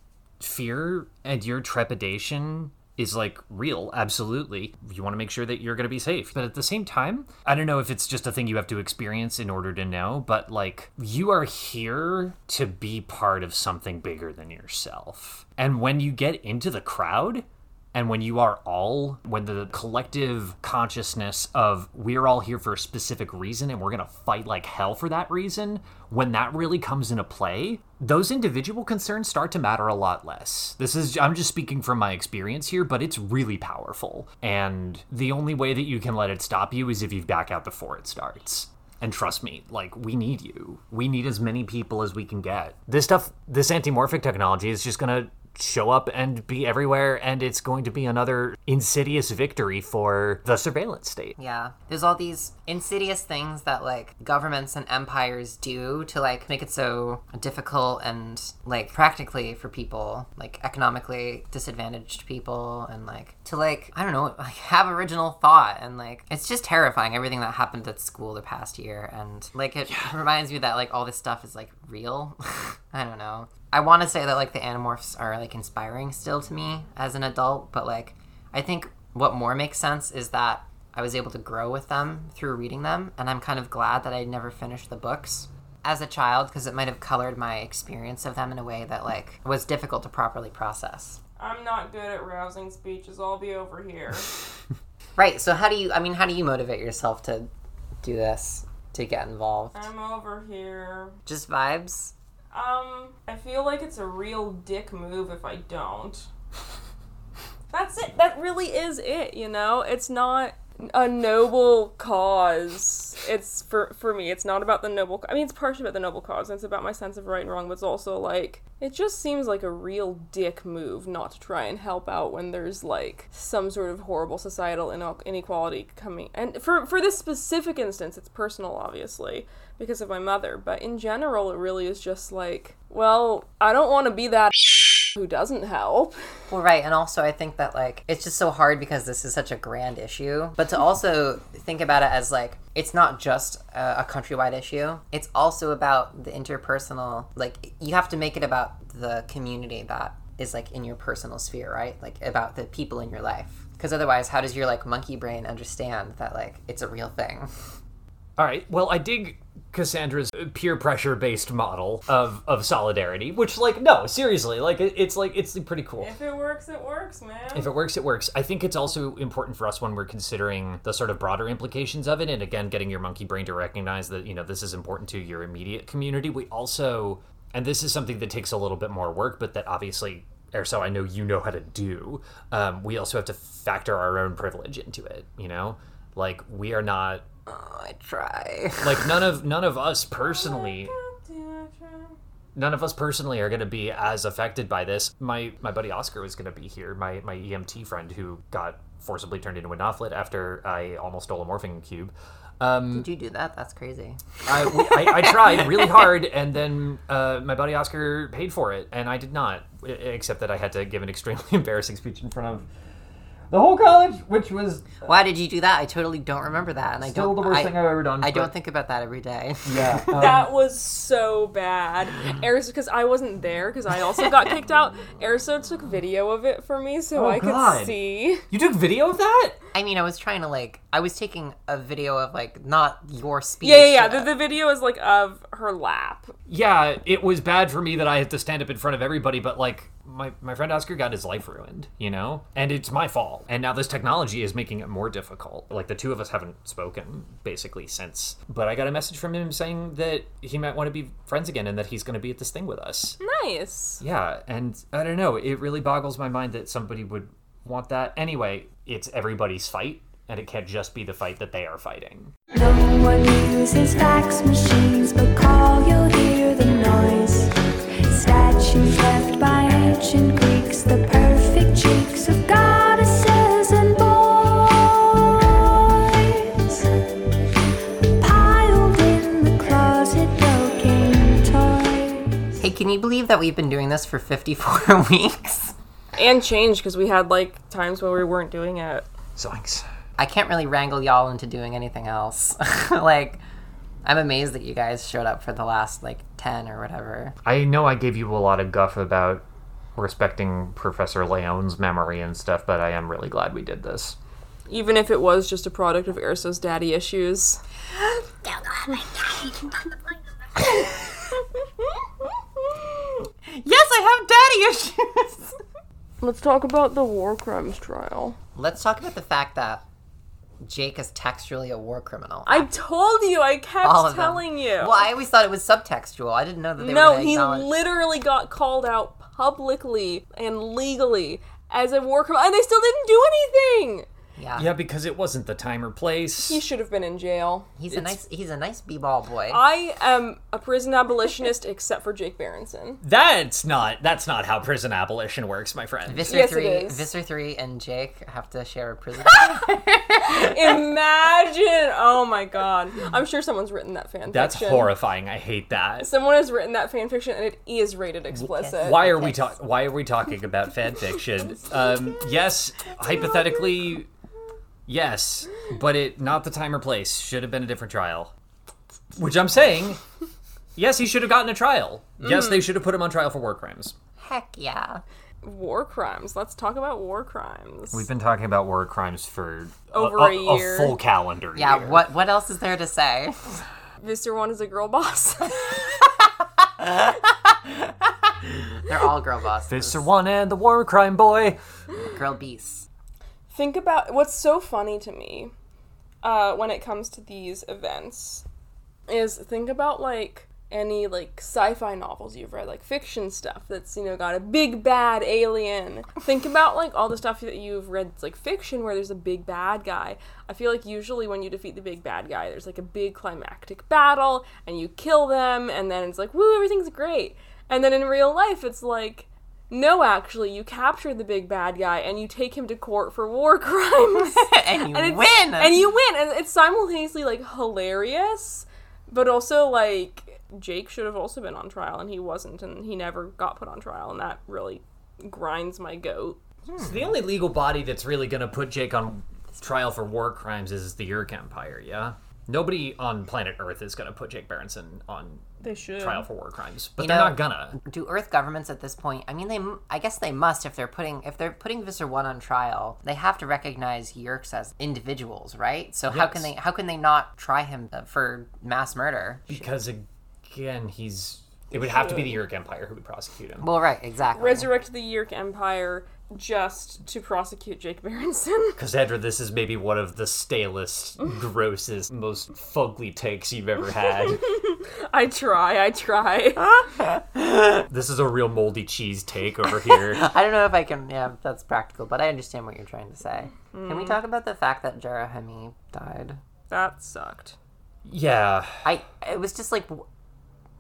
Speaker 4: fear and your trepidation is like real, absolutely. You want to make sure that you're going to be safe. But at the same time, I don't know if it's just a thing you have to experience in order to know, but like you are here to be part of something bigger than yourself. And when you get into the crowd, and when you are all, when the collective consciousness of we're all here for a specific reason and we're going to fight like hell for that reason, when that really comes into play, those individual concerns start to matter a lot less. This is, I'm just speaking from my experience here, but it's really powerful. And the only way that you can let it stop you is if you back out before it starts. And trust me, like we need you. We need as many people as we can get. This stuff, this antimorphic technology is just gonna show up and be everywhere, and it's going to be another insidious victory for the surveillance state.
Speaker 2: Yeah. There's all these insidious things that like governments and empires do to like make it so difficult and like practically for people, like economically disadvantaged people and like to like I don't know, like have original thought and like it's just terrifying everything that happened at school the past year and like it reminds me that like all this stuff is like real. I don't know. I want to say that like the anamorphs are like inspiring still to me as an adult, but like I think what more makes sense is that I was able to grow with them through reading them, and I'm kind of glad that I never finished the books as a child because it might have colored my experience of them in a way that like was difficult to properly process.
Speaker 5: I'm not good at rousing speeches. I'll be over here.
Speaker 2: Right. So how do you? I mean, how do you motivate yourself to do this to get involved?
Speaker 5: I'm over here.
Speaker 2: Just vibes.
Speaker 5: Um, I feel like it's a real dick move if I don't. That's it. That really is it, you know? It's not a noble cause. It's for for me, it's not about the noble I mean, it's partially about the noble cause and it's about my sense of right and wrong, but it's also like it just seems like a real dick move not to try and help out when there's like some sort of horrible societal ine- inequality coming. And for for this specific instance, it's personal obviously because of my mother, but in general it really is just like, well, I don't want to be that who doesn't help.
Speaker 2: Well, right, and also I think that like it's just so hard because this is such a grand issue, but to
Speaker 4: Mm-hmm.
Speaker 2: also think about it as like it's not just a, a countrywide issue; it's also about the interpersonal. Like you have to make it about the community that is like in your personal sphere, right? Like about the people in your life, because otherwise, how does your like monkey brain understand that like it's a real thing?
Speaker 4: All right. Well, I dig Cassandra's peer pressure based model of of solidarity, which like no, seriously, like it- it's like it's pretty cool.
Speaker 5: If it works, it works, man.
Speaker 4: If it works, it works. I think it's also important for us when we're considering the sort of broader implications of it, and again, getting your monkey brain to recognize that you know this is important to your immediate community. We also, and this is something that takes a little bit more work, but that obviously, Erso, I know you know how to do. Um, we also have to factor our own privilege into it. You know, like we are not
Speaker 2: Oh, I try.
Speaker 4: like none of none of us personally none of us personally are going to be as affected by this. My my buddy Oscar was going to be here, my my EMT friend who got forcibly turned into a noflet after I almost stole a morphing cube. Um,
Speaker 2: Did you do that? That's crazy.
Speaker 4: I, we- I, I tried really hard, and then uh, my buddy Oscar paid for it, and I did not, e- except that I had to give an extremely embarrassing speech in front of the whole college, which was
Speaker 2: Why did you do that? I totally don't remember that, and I
Speaker 4: still
Speaker 2: don't.
Speaker 4: the worst
Speaker 2: I,
Speaker 4: thing I've ever done.
Speaker 2: I don't
Speaker 4: but-
Speaker 2: think about that every day.
Speaker 4: Yeah, um,
Speaker 5: That was so bad. Erso, because I wasn't there, because I also got kicked out. Erso took video of it for me so
Speaker 4: Oh,
Speaker 5: I
Speaker 4: God.
Speaker 5: could see.
Speaker 4: you took video of that.
Speaker 2: I mean, I was trying to like, I was taking a video of like not your speech.
Speaker 5: Yeah, yeah, yeah. The, the video is like of her lap.
Speaker 4: yeah, it was bad for me that I had to stand up in front of everybody, but like my, my friend Oscar got his life ruined, you know? And it's my fault. And now this technology is making it more difficult. Like the two of us haven't spoken basically since. But I got a message from him saying that he might want to be friends again and that he's going to be at this thing with us.
Speaker 5: Nice.
Speaker 4: Yeah, and I don't know. It really boggles my mind that somebody would want that. Anyway, it's everybody's fight, and it can't just be the fight that they are fighting.
Speaker 1: No one uses fax machines, but call, you'll hear the noise. Statues left by ancient Greeks, the perfect cheeks of goddesses and boys. Piled in the closet, broken toys.
Speaker 2: Hey, can you believe that we've been doing this for 54 weeks?
Speaker 5: And change because we had like times when we weren't doing it.
Speaker 4: Zoinks.
Speaker 2: I can't really wrangle y'all into doing anything else. like, I'm amazed that you guys showed up for the last like 10 or whatever.
Speaker 4: I know I gave you a lot of guff about respecting Professor Leone's memory and stuff, but I am really glad we did this.
Speaker 5: Even if it was just a product of Erso's daddy issues.
Speaker 2: Yes, I have daddy issues.
Speaker 5: Let's talk about the war crimes trial.
Speaker 2: Let's talk about the fact that Jake is textually a war criminal.
Speaker 5: I told you, I kept
Speaker 2: All of them.
Speaker 5: telling you.
Speaker 2: Well, I always thought it was subtextual. I didn't know that they
Speaker 5: no,
Speaker 2: were going
Speaker 5: he
Speaker 2: acknowledge.
Speaker 5: literally got called out publicly and legally as a war criminal, and they still didn't do anything.
Speaker 2: yeah.
Speaker 3: Yeah, because it wasn't the time or place.
Speaker 5: He should have been in jail.
Speaker 2: He's a nice he's a nice b-ball boy.
Speaker 5: I am a prison abolitionist except for Jake Berenson.
Speaker 3: That's not that's not how prison abolition works, my friend.
Speaker 2: Visser
Speaker 5: Yes, it
Speaker 2: 3
Speaker 5: is.
Speaker 2: Visser 3 and Jake have to share a prison.
Speaker 5: Imagine! Oh my god. I'm sure someone's written that fan
Speaker 3: that's
Speaker 5: fiction.
Speaker 3: horrifying. I hate that.
Speaker 5: Someone has written that fan fiction and it is rated explicit.
Speaker 3: Why are we talking? Why are we talking about fan fiction? Um, yes, hypothetically, yes, but it not the time or place. Should have been a different trial. Which I'm saying, yes, he should have gotten a trial. Yes, they should have put him on trial for war crimes.
Speaker 2: Heck yeah.
Speaker 5: War crimes. Let's talk about war crimes.
Speaker 4: We've been talking about war crimes for a-
Speaker 5: Over
Speaker 4: a,
Speaker 5: a year.
Speaker 4: full calendar.
Speaker 2: Yeah,
Speaker 4: year.
Speaker 2: what what else is there to say?
Speaker 5: Mr. One is a girl boss.
Speaker 2: They're all girl bosses.
Speaker 4: Mr. One and the War Crime Boy.
Speaker 2: Girl beasts.
Speaker 5: think about what's so funny to me uh, when it comes to these events is think about like any like sci-fi novels you've read like fiction stuff that's you know got a big bad alien think about like all the stuff that you've read that's, like fiction where there's a big bad guy i feel like usually when you defeat the big bad guy there's like a big climactic battle and you kill them and then it's like woo everything's great and then in real life it's like no, actually, you capture the big bad guy and you take him to court for war crimes.
Speaker 2: And you
Speaker 5: it's-
Speaker 2: win.
Speaker 5: And you win. And it's simultaneously like hilarious, but also like Jake should have also been on trial and he wasn't and he never got put on trial and that really grinds my goat.
Speaker 3: The only legal body that's really going to put Jake on trial for war crimes is the Uruk Empire. Yeah, nobody on planet Earth is going to put Jake Berenson on
Speaker 5: They should.
Speaker 3: trial for war crimes, but
Speaker 2: You
Speaker 3: they're
Speaker 2: know-
Speaker 3: not gonna.
Speaker 2: do earth governments at this point i mean they m- i guess they must if they're putting if they're putting visser 1 on trial they have to recognize yerks as individuals right so how can they
Speaker 3: Yes.
Speaker 2: how can they not try him uh, for mass murder
Speaker 3: Because again, he's. It would have to be the Uruk Empire who would prosecute him.
Speaker 2: well right exactly
Speaker 5: Resurrect the Yerk Empire just to prosecute Jake Berenson.
Speaker 3: Cassandra, this is maybe one of the stalest, grossest, most fugly takes you've ever had.
Speaker 5: I try, I try.
Speaker 3: this is a real moldy cheese take over here.
Speaker 2: i don't know if i can yeah that's practical but i understand what you're trying to say can
Speaker 5: Hmm.
Speaker 2: we talk about the fact that jarahemi died
Speaker 5: that sucked.
Speaker 3: yeah.
Speaker 2: i it was just like w-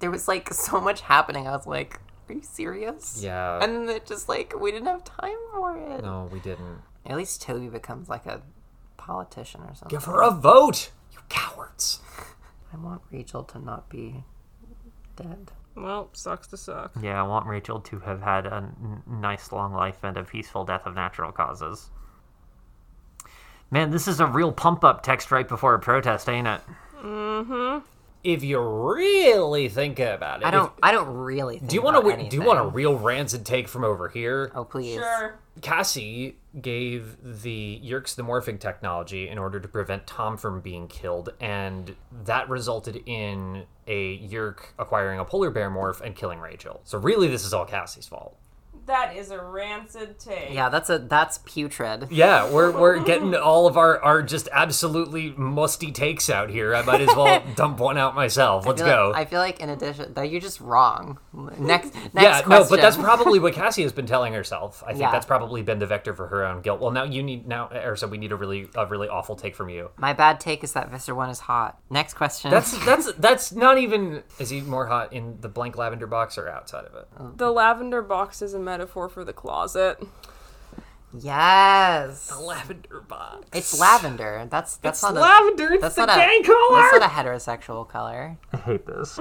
Speaker 2: there was like so much happening i was like are you serious
Speaker 3: Yeah.
Speaker 2: and then it just like we didn't have time for it
Speaker 3: no, we didn't.
Speaker 2: at least toby becomes like a politician or something
Speaker 3: Give her a vote, you cowards.
Speaker 2: I want Rachel to not be dead.
Speaker 5: Well, sucks to suck.
Speaker 4: Yeah, I want Rachel to have had a n- nice long life and a peaceful death of natural causes. Man, this is a real pump up text right before a protest, ain't it?
Speaker 3: If you really think about it,
Speaker 2: I
Speaker 3: if-
Speaker 2: don't. I don't really. Think
Speaker 3: do you want
Speaker 2: about
Speaker 3: to? Do you want a
Speaker 2: anything.
Speaker 3: real rancid take from over here?
Speaker 2: Oh please.
Speaker 3: Cassie gave the Yerks the morphing technology in order to prevent Tom from being killed, and that resulted in a Yerk acquiring a polar bear morph and killing Rachel. So really, this is all Cassie's fault.
Speaker 5: That is a rancid take.
Speaker 2: Yeah, that's a that's putrid.
Speaker 3: Yeah, we're we're getting all of our our just absolutely musty takes out here. I might as well dump one out myself. Let's
Speaker 2: I feel
Speaker 3: go.
Speaker 2: Like, I feel like in addition that you're just wrong. Next, next
Speaker 3: yeah,
Speaker 2: question.
Speaker 3: no, but that's probably what Cassie has been telling herself. I think
Speaker 2: Yeah.
Speaker 3: that's probably been the vector for her own guilt. Well, now you need now, Ersa, we need a really a really awful take from you.
Speaker 2: my bad take is that Visser One is hot. Next question.
Speaker 3: That's that's that's not even. Is he more hot in the blank lavender box or outside of it?
Speaker 5: The lavender box is a metaphor for the closet.
Speaker 2: yes.
Speaker 3: Lavender box.
Speaker 2: It's lavender. That's that's not
Speaker 3: lavender. It's
Speaker 2: that's
Speaker 3: the
Speaker 2: not a-
Speaker 3: gay
Speaker 2: a
Speaker 3: color.
Speaker 2: that's not a heterosexual color.
Speaker 4: I hate this.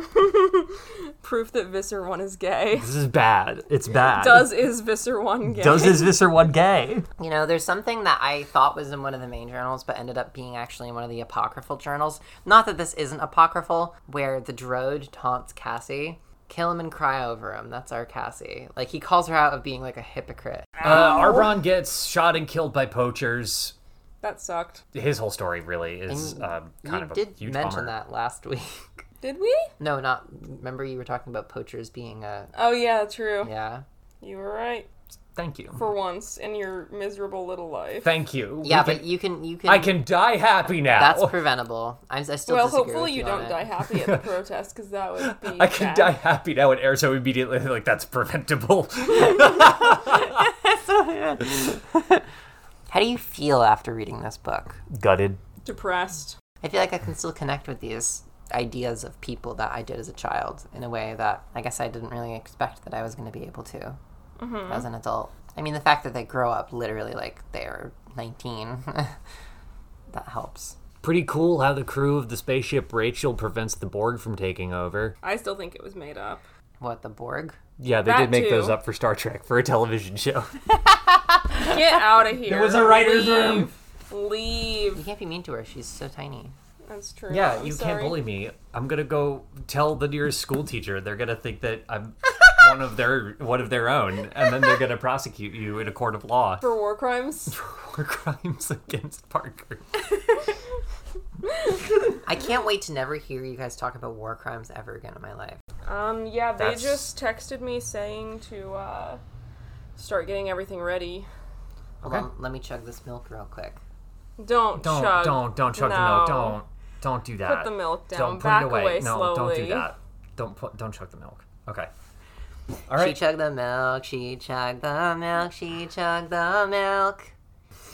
Speaker 5: Proof that Visser One is gay.
Speaker 4: This is bad. It's bad.
Speaker 5: Does is Visser One gay?
Speaker 4: Does is Visser one gay?
Speaker 2: You know, there's something that I thought was in one of the main journals, but ended up being actually in one of the apocryphal journals. Not that this isn't apocryphal, where the Drode taunts Cassie. Kill him and cry over him. That's our Cassie. Like he calls her out of being like a hypocrite.
Speaker 3: Uh, Arbron gets shot and killed by poachers.
Speaker 5: That sucked.
Speaker 3: His whole story really is
Speaker 4: uh,
Speaker 3: um, kind
Speaker 2: you
Speaker 3: of a
Speaker 2: did
Speaker 3: huge
Speaker 2: mention
Speaker 3: bummer.
Speaker 2: that last week.
Speaker 5: Did we?
Speaker 2: no, not. Remember you were talking about poachers being a
Speaker 5: Oh yeah, true.
Speaker 2: yeah.
Speaker 5: You were right
Speaker 3: Thank you.
Speaker 5: for once in your miserable little life.
Speaker 3: Thank you. We
Speaker 2: Yeah,
Speaker 3: can-
Speaker 2: but you can you can.
Speaker 3: I can Oh. die happy now.
Speaker 2: That's preventable. I, I still
Speaker 5: well,
Speaker 2: disagree
Speaker 5: hopefully
Speaker 2: with
Speaker 5: you
Speaker 2: on
Speaker 5: don't
Speaker 2: it.
Speaker 5: die happy at the protest because that would be.
Speaker 3: I can
Speaker 5: bad.
Speaker 3: die happy now, and Erso immediately like that's preventable.
Speaker 2: How do you feel after reading this book?
Speaker 3: Gutted.
Speaker 5: Depressed.
Speaker 2: I feel like I can still connect with these ideas of people that I did as a child in a way that I guess I didn't really expect that I was going to be able to as an adult. I mean, the fact that they grow up literally like they're 19, that helps.
Speaker 4: Pretty cool how the crew of the spaceship Rachel prevents the Borg from taking over.
Speaker 5: I still think it was made up.
Speaker 2: What, the Borg?
Speaker 4: Yeah, they
Speaker 5: That
Speaker 4: did make
Speaker 5: too.
Speaker 4: those up for Star Trek for a television show.
Speaker 5: Get out of here. There
Speaker 4: was a writer's
Speaker 5: Leave.
Speaker 2: You
Speaker 5: Leave.
Speaker 2: can't be mean to her. She's so tiny.
Speaker 5: That's true.
Speaker 4: yeah,
Speaker 5: I'm
Speaker 4: you
Speaker 5: sorry.
Speaker 4: can't bully me. I'm gonna go tell the nearest school teacher. They're gonna think that I'm one of their one of their own, and then they're gonna prosecute you in a court of law
Speaker 5: For war crimes?
Speaker 4: for crimes against Parker.
Speaker 2: I can't wait to never hear you guys talk about war crimes ever again in my life.
Speaker 5: Um, yeah, they
Speaker 4: That's-
Speaker 5: just texted me saying to uh, start getting everything ready.
Speaker 2: Hold on, let me chug this milk real quick.
Speaker 5: Don't,
Speaker 4: Don't
Speaker 5: chug.
Speaker 4: don't don't chug the
Speaker 5: No.
Speaker 4: milk. Don't don't do that.
Speaker 5: Put the milk down.
Speaker 4: Don't put
Speaker 5: Back
Speaker 4: it away. no, don't do
Speaker 5: slowly.
Speaker 4: that. Don't put don't chug the milk. Okay. All right.
Speaker 2: She chugged the milk, she chugged the milk, she chugged the milk.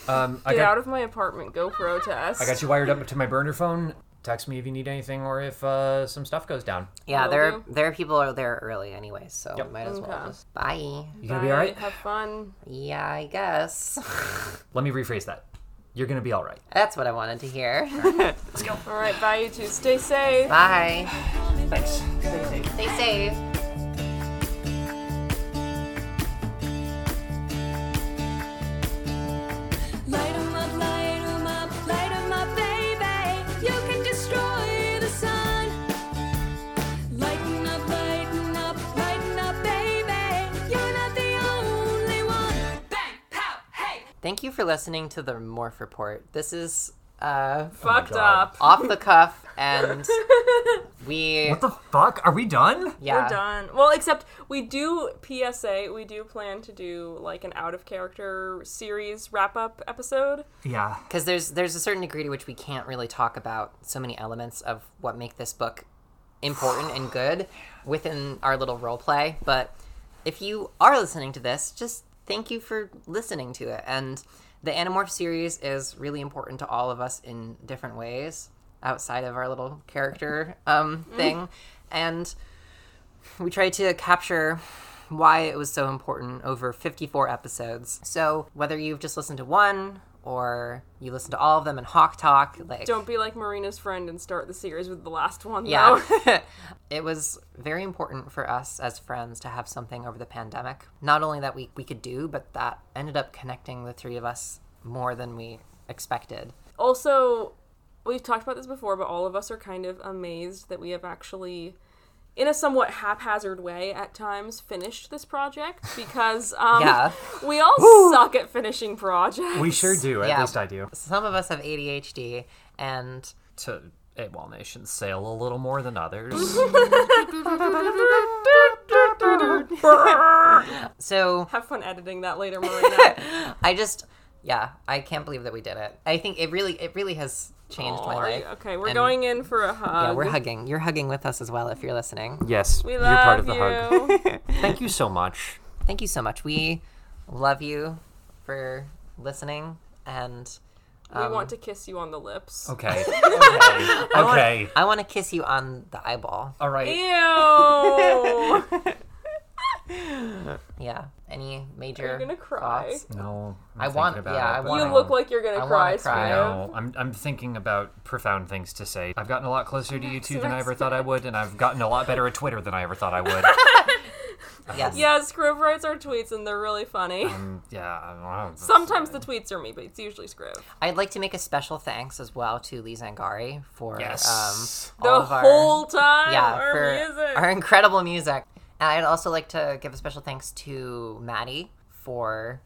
Speaker 4: um, I
Speaker 5: Get
Speaker 4: got
Speaker 5: out of my apartment. Go protest.
Speaker 4: I got you wired up to my burner phone. Text me if you need anything or if uh, some stuff goes down.
Speaker 2: Yeah,
Speaker 5: Will
Speaker 2: there
Speaker 5: do.
Speaker 2: are, there are people are there early anyway, so
Speaker 4: Yep.
Speaker 2: might as well
Speaker 5: Okay.
Speaker 2: just bye.
Speaker 4: You gonna be all right?
Speaker 5: Have fun.
Speaker 2: Yeah, I guess
Speaker 4: Let me rephrase that. You're gonna be all right.
Speaker 2: that's what I wanted to hear.
Speaker 5: All right, bye you two. Stay safe.
Speaker 2: bye. Thanks. Stay safe.
Speaker 1: Light 'em up, light 'em up, light 'em up, baby. You can destroy the sun. Lighten up, lighten up, lighten up, baby. You're not the only one. Bang, pow, hey.
Speaker 2: Thank you for listening to the Morph Report. This is uh,
Speaker 5: Fucked
Speaker 4: God.
Speaker 5: up.
Speaker 2: off the cuff, and we
Speaker 4: What the fuck? Are we done?
Speaker 2: yeah
Speaker 5: We're done. Well, except we do PSA. We do plan to do like an out of character series wrap up episode.
Speaker 4: Yeah.
Speaker 2: because there's there's a certain degree to which we can't really talk about so many elements of what make this book important and good within our little role play but if you are listening to this just thank you for listening to it and the animorph series is really important to all of us in different ways outside of our little character um, thing and we tried to capture why it was so important over 54 episodes. So whether you've just listened to one or you listen to all of them in Hawk Talk, like
Speaker 5: Don't be like Marina's friend and start the series with the last one.
Speaker 2: yeah,
Speaker 5: though.
Speaker 2: it was very important for us as friends to have something over the pandemic. Not only that we we could do, but that ended up connecting the three of us more than we expected.
Speaker 5: also we've talked about this before but all of us are kind of amazed that we have actually in a somewhat haphazard way at times finished this project because um,
Speaker 2: Yeah.
Speaker 5: we all suck at finishing projects
Speaker 4: We sure do. At
Speaker 2: Yeah.
Speaker 4: least I do.
Speaker 2: Some of us have ADHD and
Speaker 4: To AWOL Nation sail a little more than others.
Speaker 2: so
Speaker 5: have fun editing that later marina
Speaker 2: I just yeah, I can't believe that we did it. I think it really it really has changed my
Speaker 5: Are
Speaker 2: life.
Speaker 5: you- okay we're
Speaker 2: And-
Speaker 5: going in for a hug
Speaker 2: Yeah, we're hugging. You're hugging with us as well if you're listening.
Speaker 4: yes,
Speaker 5: we
Speaker 4: you're
Speaker 5: love
Speaker 4: part of the
Speaker 5: you.
Speaker 4: hug. Thank you so much.
Speaker 2: Thank you so much. We love you for listening and Um,
Speaker 5: we want to kiss you on the lips
Speaker 4: Okay. Okay. okay.
Speaker 2: I want to kiss you on the eyeball.
Speaker 4: All right.
Speaker 5: Ew!
Speaker 2: Yeah. Any major
Speaker 5: You're gonna cry.
Speaker 2: thoughts?
Speaker 4: No. I'm
Speaker 2: I want-
Speaker 4: thinking about
Speaker 2: yeah,
Speaker 4: it,
Speaker 2: I
Speaker 4: but
Speaker 2: want-
Speaker 5: You
Speaker 2: Wow.
Speaker 5: look like you're gonna
Speaker 2: I
Speaker 5: cry.
Speaker 2: wanna cry.
Speaker 5: Spino.
Speaker 4: No, I'm, I'm thinking about profound things to say. I've gotten a lot closer to you two than I ever thought I would, and I've gotten a lot better at Twitter than I ever thought I would.
Speaker 2: Yes.
Speaker 5: Yeah, Scriv writes our tweets and they're really funny.
Speaker 4: Um, yeah, I don't know. That's-
Speaker 5: Sometimes the tweets are me, but it's usually Scriv.
Speaker 2: I'd like to make a special thanks as well to Lee Zangari for
Speaker 4: Yes.
Speaker 2: um, all
Speaker 5: The
Speaker 2: of our,
Speaker 5: whole time,
Speaker 2: yeah,
Speaker 5: our
Speaker 2: for
Speaker 5: music.
Speaker 2: our incredible music. And I'd also like to give a special thanks to Maddie for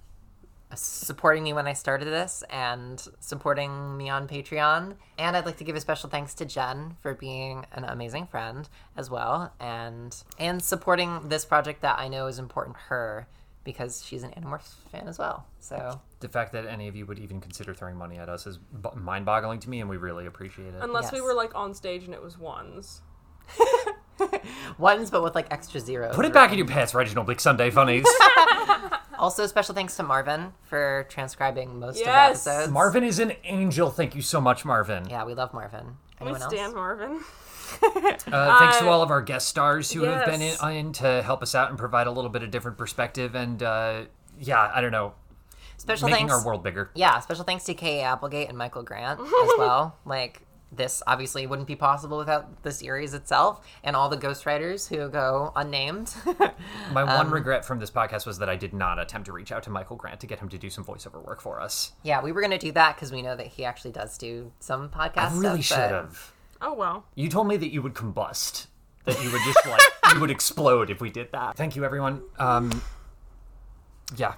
Speaker 2: uh, supporting me when I started this and supporting me on Patreon. And I'd like to give a special thanks to Jen for being an amazing friend as well and and supporting this project that I know is important to her because she's an Animorphs fan as well. So
Speaker 4: the fact that any of you would even consider throwing money at us is b- mind-boggling to me, and we really appreciate it.
Speaker 5: Unless we
Speaker 2: Yes.
Speaker 5: were like on stage and it was ones.
Speaker 2: ones but with like extra zeros.
Speaker 4: Put it back in your pants, Reginald Big Sunday Funnies.
Speaker 2: Also special thanks to Marvin for transcribing most
Speaker 5: Yes.
Speaker 2: of the episodes.
Speaker 4: Marvin is an angel. Thank you so much, Marvin.
Speaker 2: Yeah, we love Marvin.
Speaker 5: We
Speaker 2: Anyone else?
Speaker 5: stand Marvin.
Speaker 4: Uh, thanks to all of our guest stars who have been in,
Speaker 5: yes.
Speaker 4: in to help us out and provide a little bit of different perspective. And uh, yeah, I don't know,
Speaker 2: Special
Speaker 4: making
Speaker 2: thanks.
Speaker 4: our world bigger.
Speaker 2: yeah, special thanks to Kay Applegate and Michael Grant as well. Like this obviously wouldn't be possible without the series itself and all the ghostwriters who go unnamed.
Speaker 4: My one regret from this podcast was that I did not attempt to reach out to Michael Grant to get him to do some voiceover work for us.
Speaker 2: yeah, we were gonna do that because we know that he actually does do some podcasts.
Speaker 4: I really should
Speaker 2: stuff, but-
Speaker 4: have.
Speaker 5: Oh well.
Speaker 4: You told me that you would combust, that you would just like you would explode if we did that. Thank you, everyone. Um, yeah,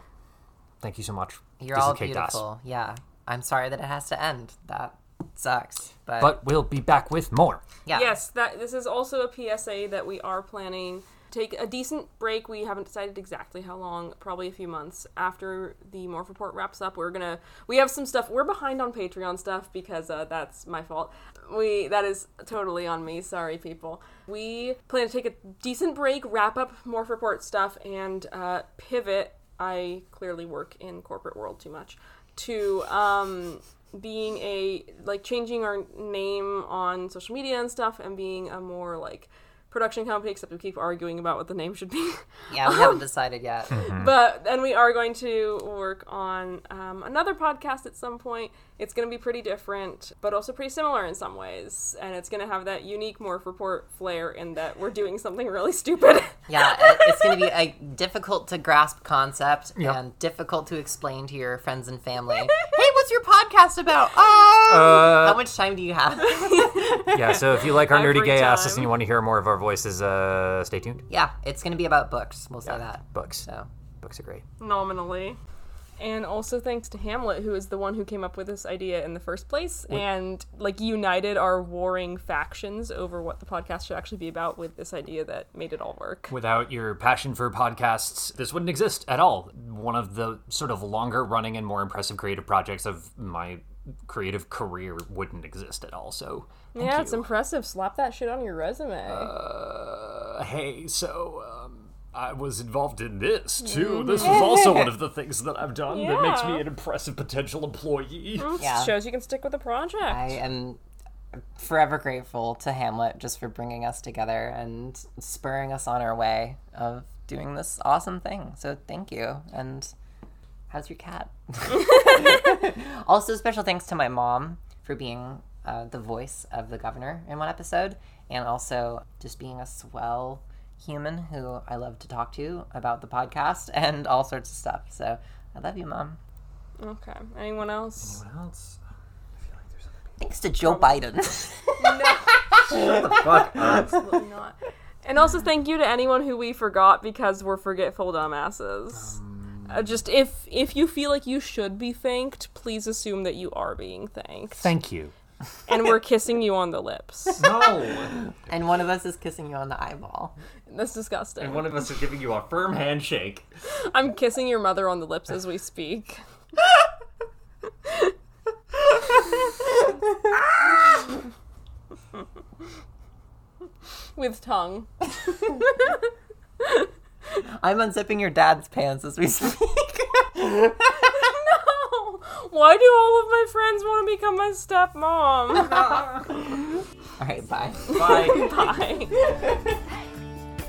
Speaker 4: thank you so much.
Speaker 2: You're
Speaker 4: This
Speaker 2: all
Speaker 4: has kicked ass.
Speaker 2: beautiful. Yeah, I'm sorry that it has to end. That sucks. But,
Speaker 4: But we'll be back with more.
Speaker 2: yeah,
Speaker 5: Yes, that this is also a PSA that we are planning to take a decent break. We haven't decided exactly how long, probably a few months after the Morph Report wraps up. We're gonna we have some stuff. We're behind on Patreon stuff because uh, that's my fault. We that is totally on me. Sorry, people. We plan to take a decent break, wrap up Morph Report stuff, and uh, pivot. I clearly work in corporate world too much. To um, being a like changing our name on social media and stuff and being a more like production company except we keep arguing about what the name should be
Speaker 2: yeah, we haven't decided yet.
Speaker 5: but then we are going to work on um, another podcast at some point it's going to be pretty different but also pretty similar in some ways and it's going to have that unique morph report flair in that we're doing something really stupid
Speaker 2: Yeah, it- it's going to be a difficult to grasp concept
Speaker 4: Yeah.
Speaker 2: and difficult to explain to your friends and family. hey, what's your podcast about? Um,
Speaker 4: Uh,
Speaker 2: how much time do you have?
Speaker 4: yeah, so if you like our nerdy
Speaker 5: Every
Speaker 4: gay asses
Speaker 5: time.
Speaker 4: and you want to hear more of our voices, uh, stay tuned.
Speaker 2: yeah, it's going to be about books. We'll say that.
Speaker 4: Books.
Speaker 2: So,
Speaker 4: Books are great.
Speaker 5: nominally. And also thanks to Hamlet, who is the one who came up with this idea in the first place, and like united our warring factions over what the podcast should actually be about with this idea that made it all work.
Speaker 4: Without your passion for podcasts, this wouldn't exist at all. One of the sort of longer running and more impressive creative projects of my creative career wouldn't exist at all. So, thank
Speaker 5: yeah,
Speaker 4: you.
Speaker 5: it's impressive. Slap that shit on your resume.
Speaker 4: hey, so um, I was involved in this too. This was also one of the things that I've done that makes me
Speaker 5: Yeah.
Speaker 4: an impressive potential employee.
Speaker 2: yeah.
Speaker 5: Shows you can stick with the project.
Speaker 2: I am forever grateful to Hamlet just for bringing us together and spurring us on our way of doing this awesome thing. So, thank you. And how's your cat? also, special thanks to my mom for being uh, the voice of the governor in one episode, and also just being a swell human who I love to talk to about the podcast and all sorts of stuff. So, I love you, mom.
Speaker 5: okay. Anyone else?
Speaker 4: What else?
Speaker 2: Thanks to Joe Biden.
Speaker 5: Absolutely not. And also thank you to anyone who we forgot because we're forgetful dumbasses. Uh, just if if you feel like you should be thanked, please assume that you are being thanked.
Speaker 4: Thank you.
Speaker 5: and we're kissing you on the lips.
Speaker 4: No.
Speaker 2: and one of us is kissing you on the eyeball.
Speaker 5: That's disgusting.
Speaker 4: one of us is giving you a firm handshake.
Speaker 5: I'm kissing your mother on the lips as we speak. With tongue.
Speaker 2: I'm unzipping your dad's pants as we speak.
Speaker 5: No! Why do all of my friends want to become my stepmom?
Speaker 2: All right, bye.
Speaker 5: Bye.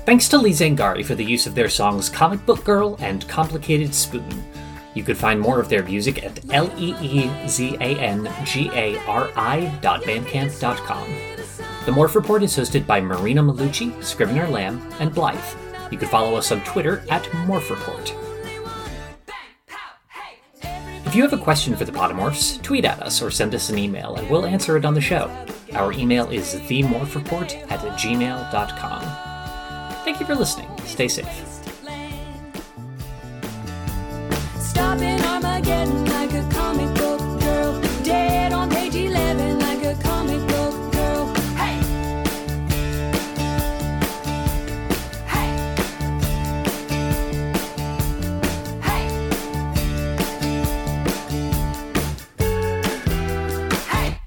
Speaker 3: Thanks to Lee Zangari for the use of their songs Comic Book Girl and Complicated Spoon. You could find more of their music at E leezangari.bandcamp.com. The Morph Report is hosted by Marina Malucci, Scrivener Lamb, and Blythe, You can follow us on Twitter at Morph Report. If you have a question for the Potomorphs, tweet at us or send us an email and we'll answer it on the show. Our email is themorphreport at gmail.com. Thank you for listening. Stay safe.
Speaker 1: Stopping Armageddon like a comic book girl. Dead on page 11 like a comic book girl. Hey! Hey! Hey! Hey!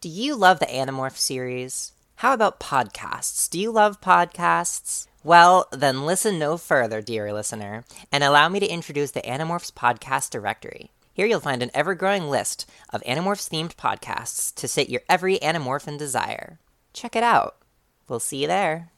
Speaker 2: Do you love the Animorph series? How about podcasts? Do you love podcasts? Well, then listen no further, dear listener, and allow me to introduce the Animorphs Podcast Directory. Here you'll find an ever growing list of Animorphs themed podcasts to sit your every Animorphin desire. Check it out. We'll see you there.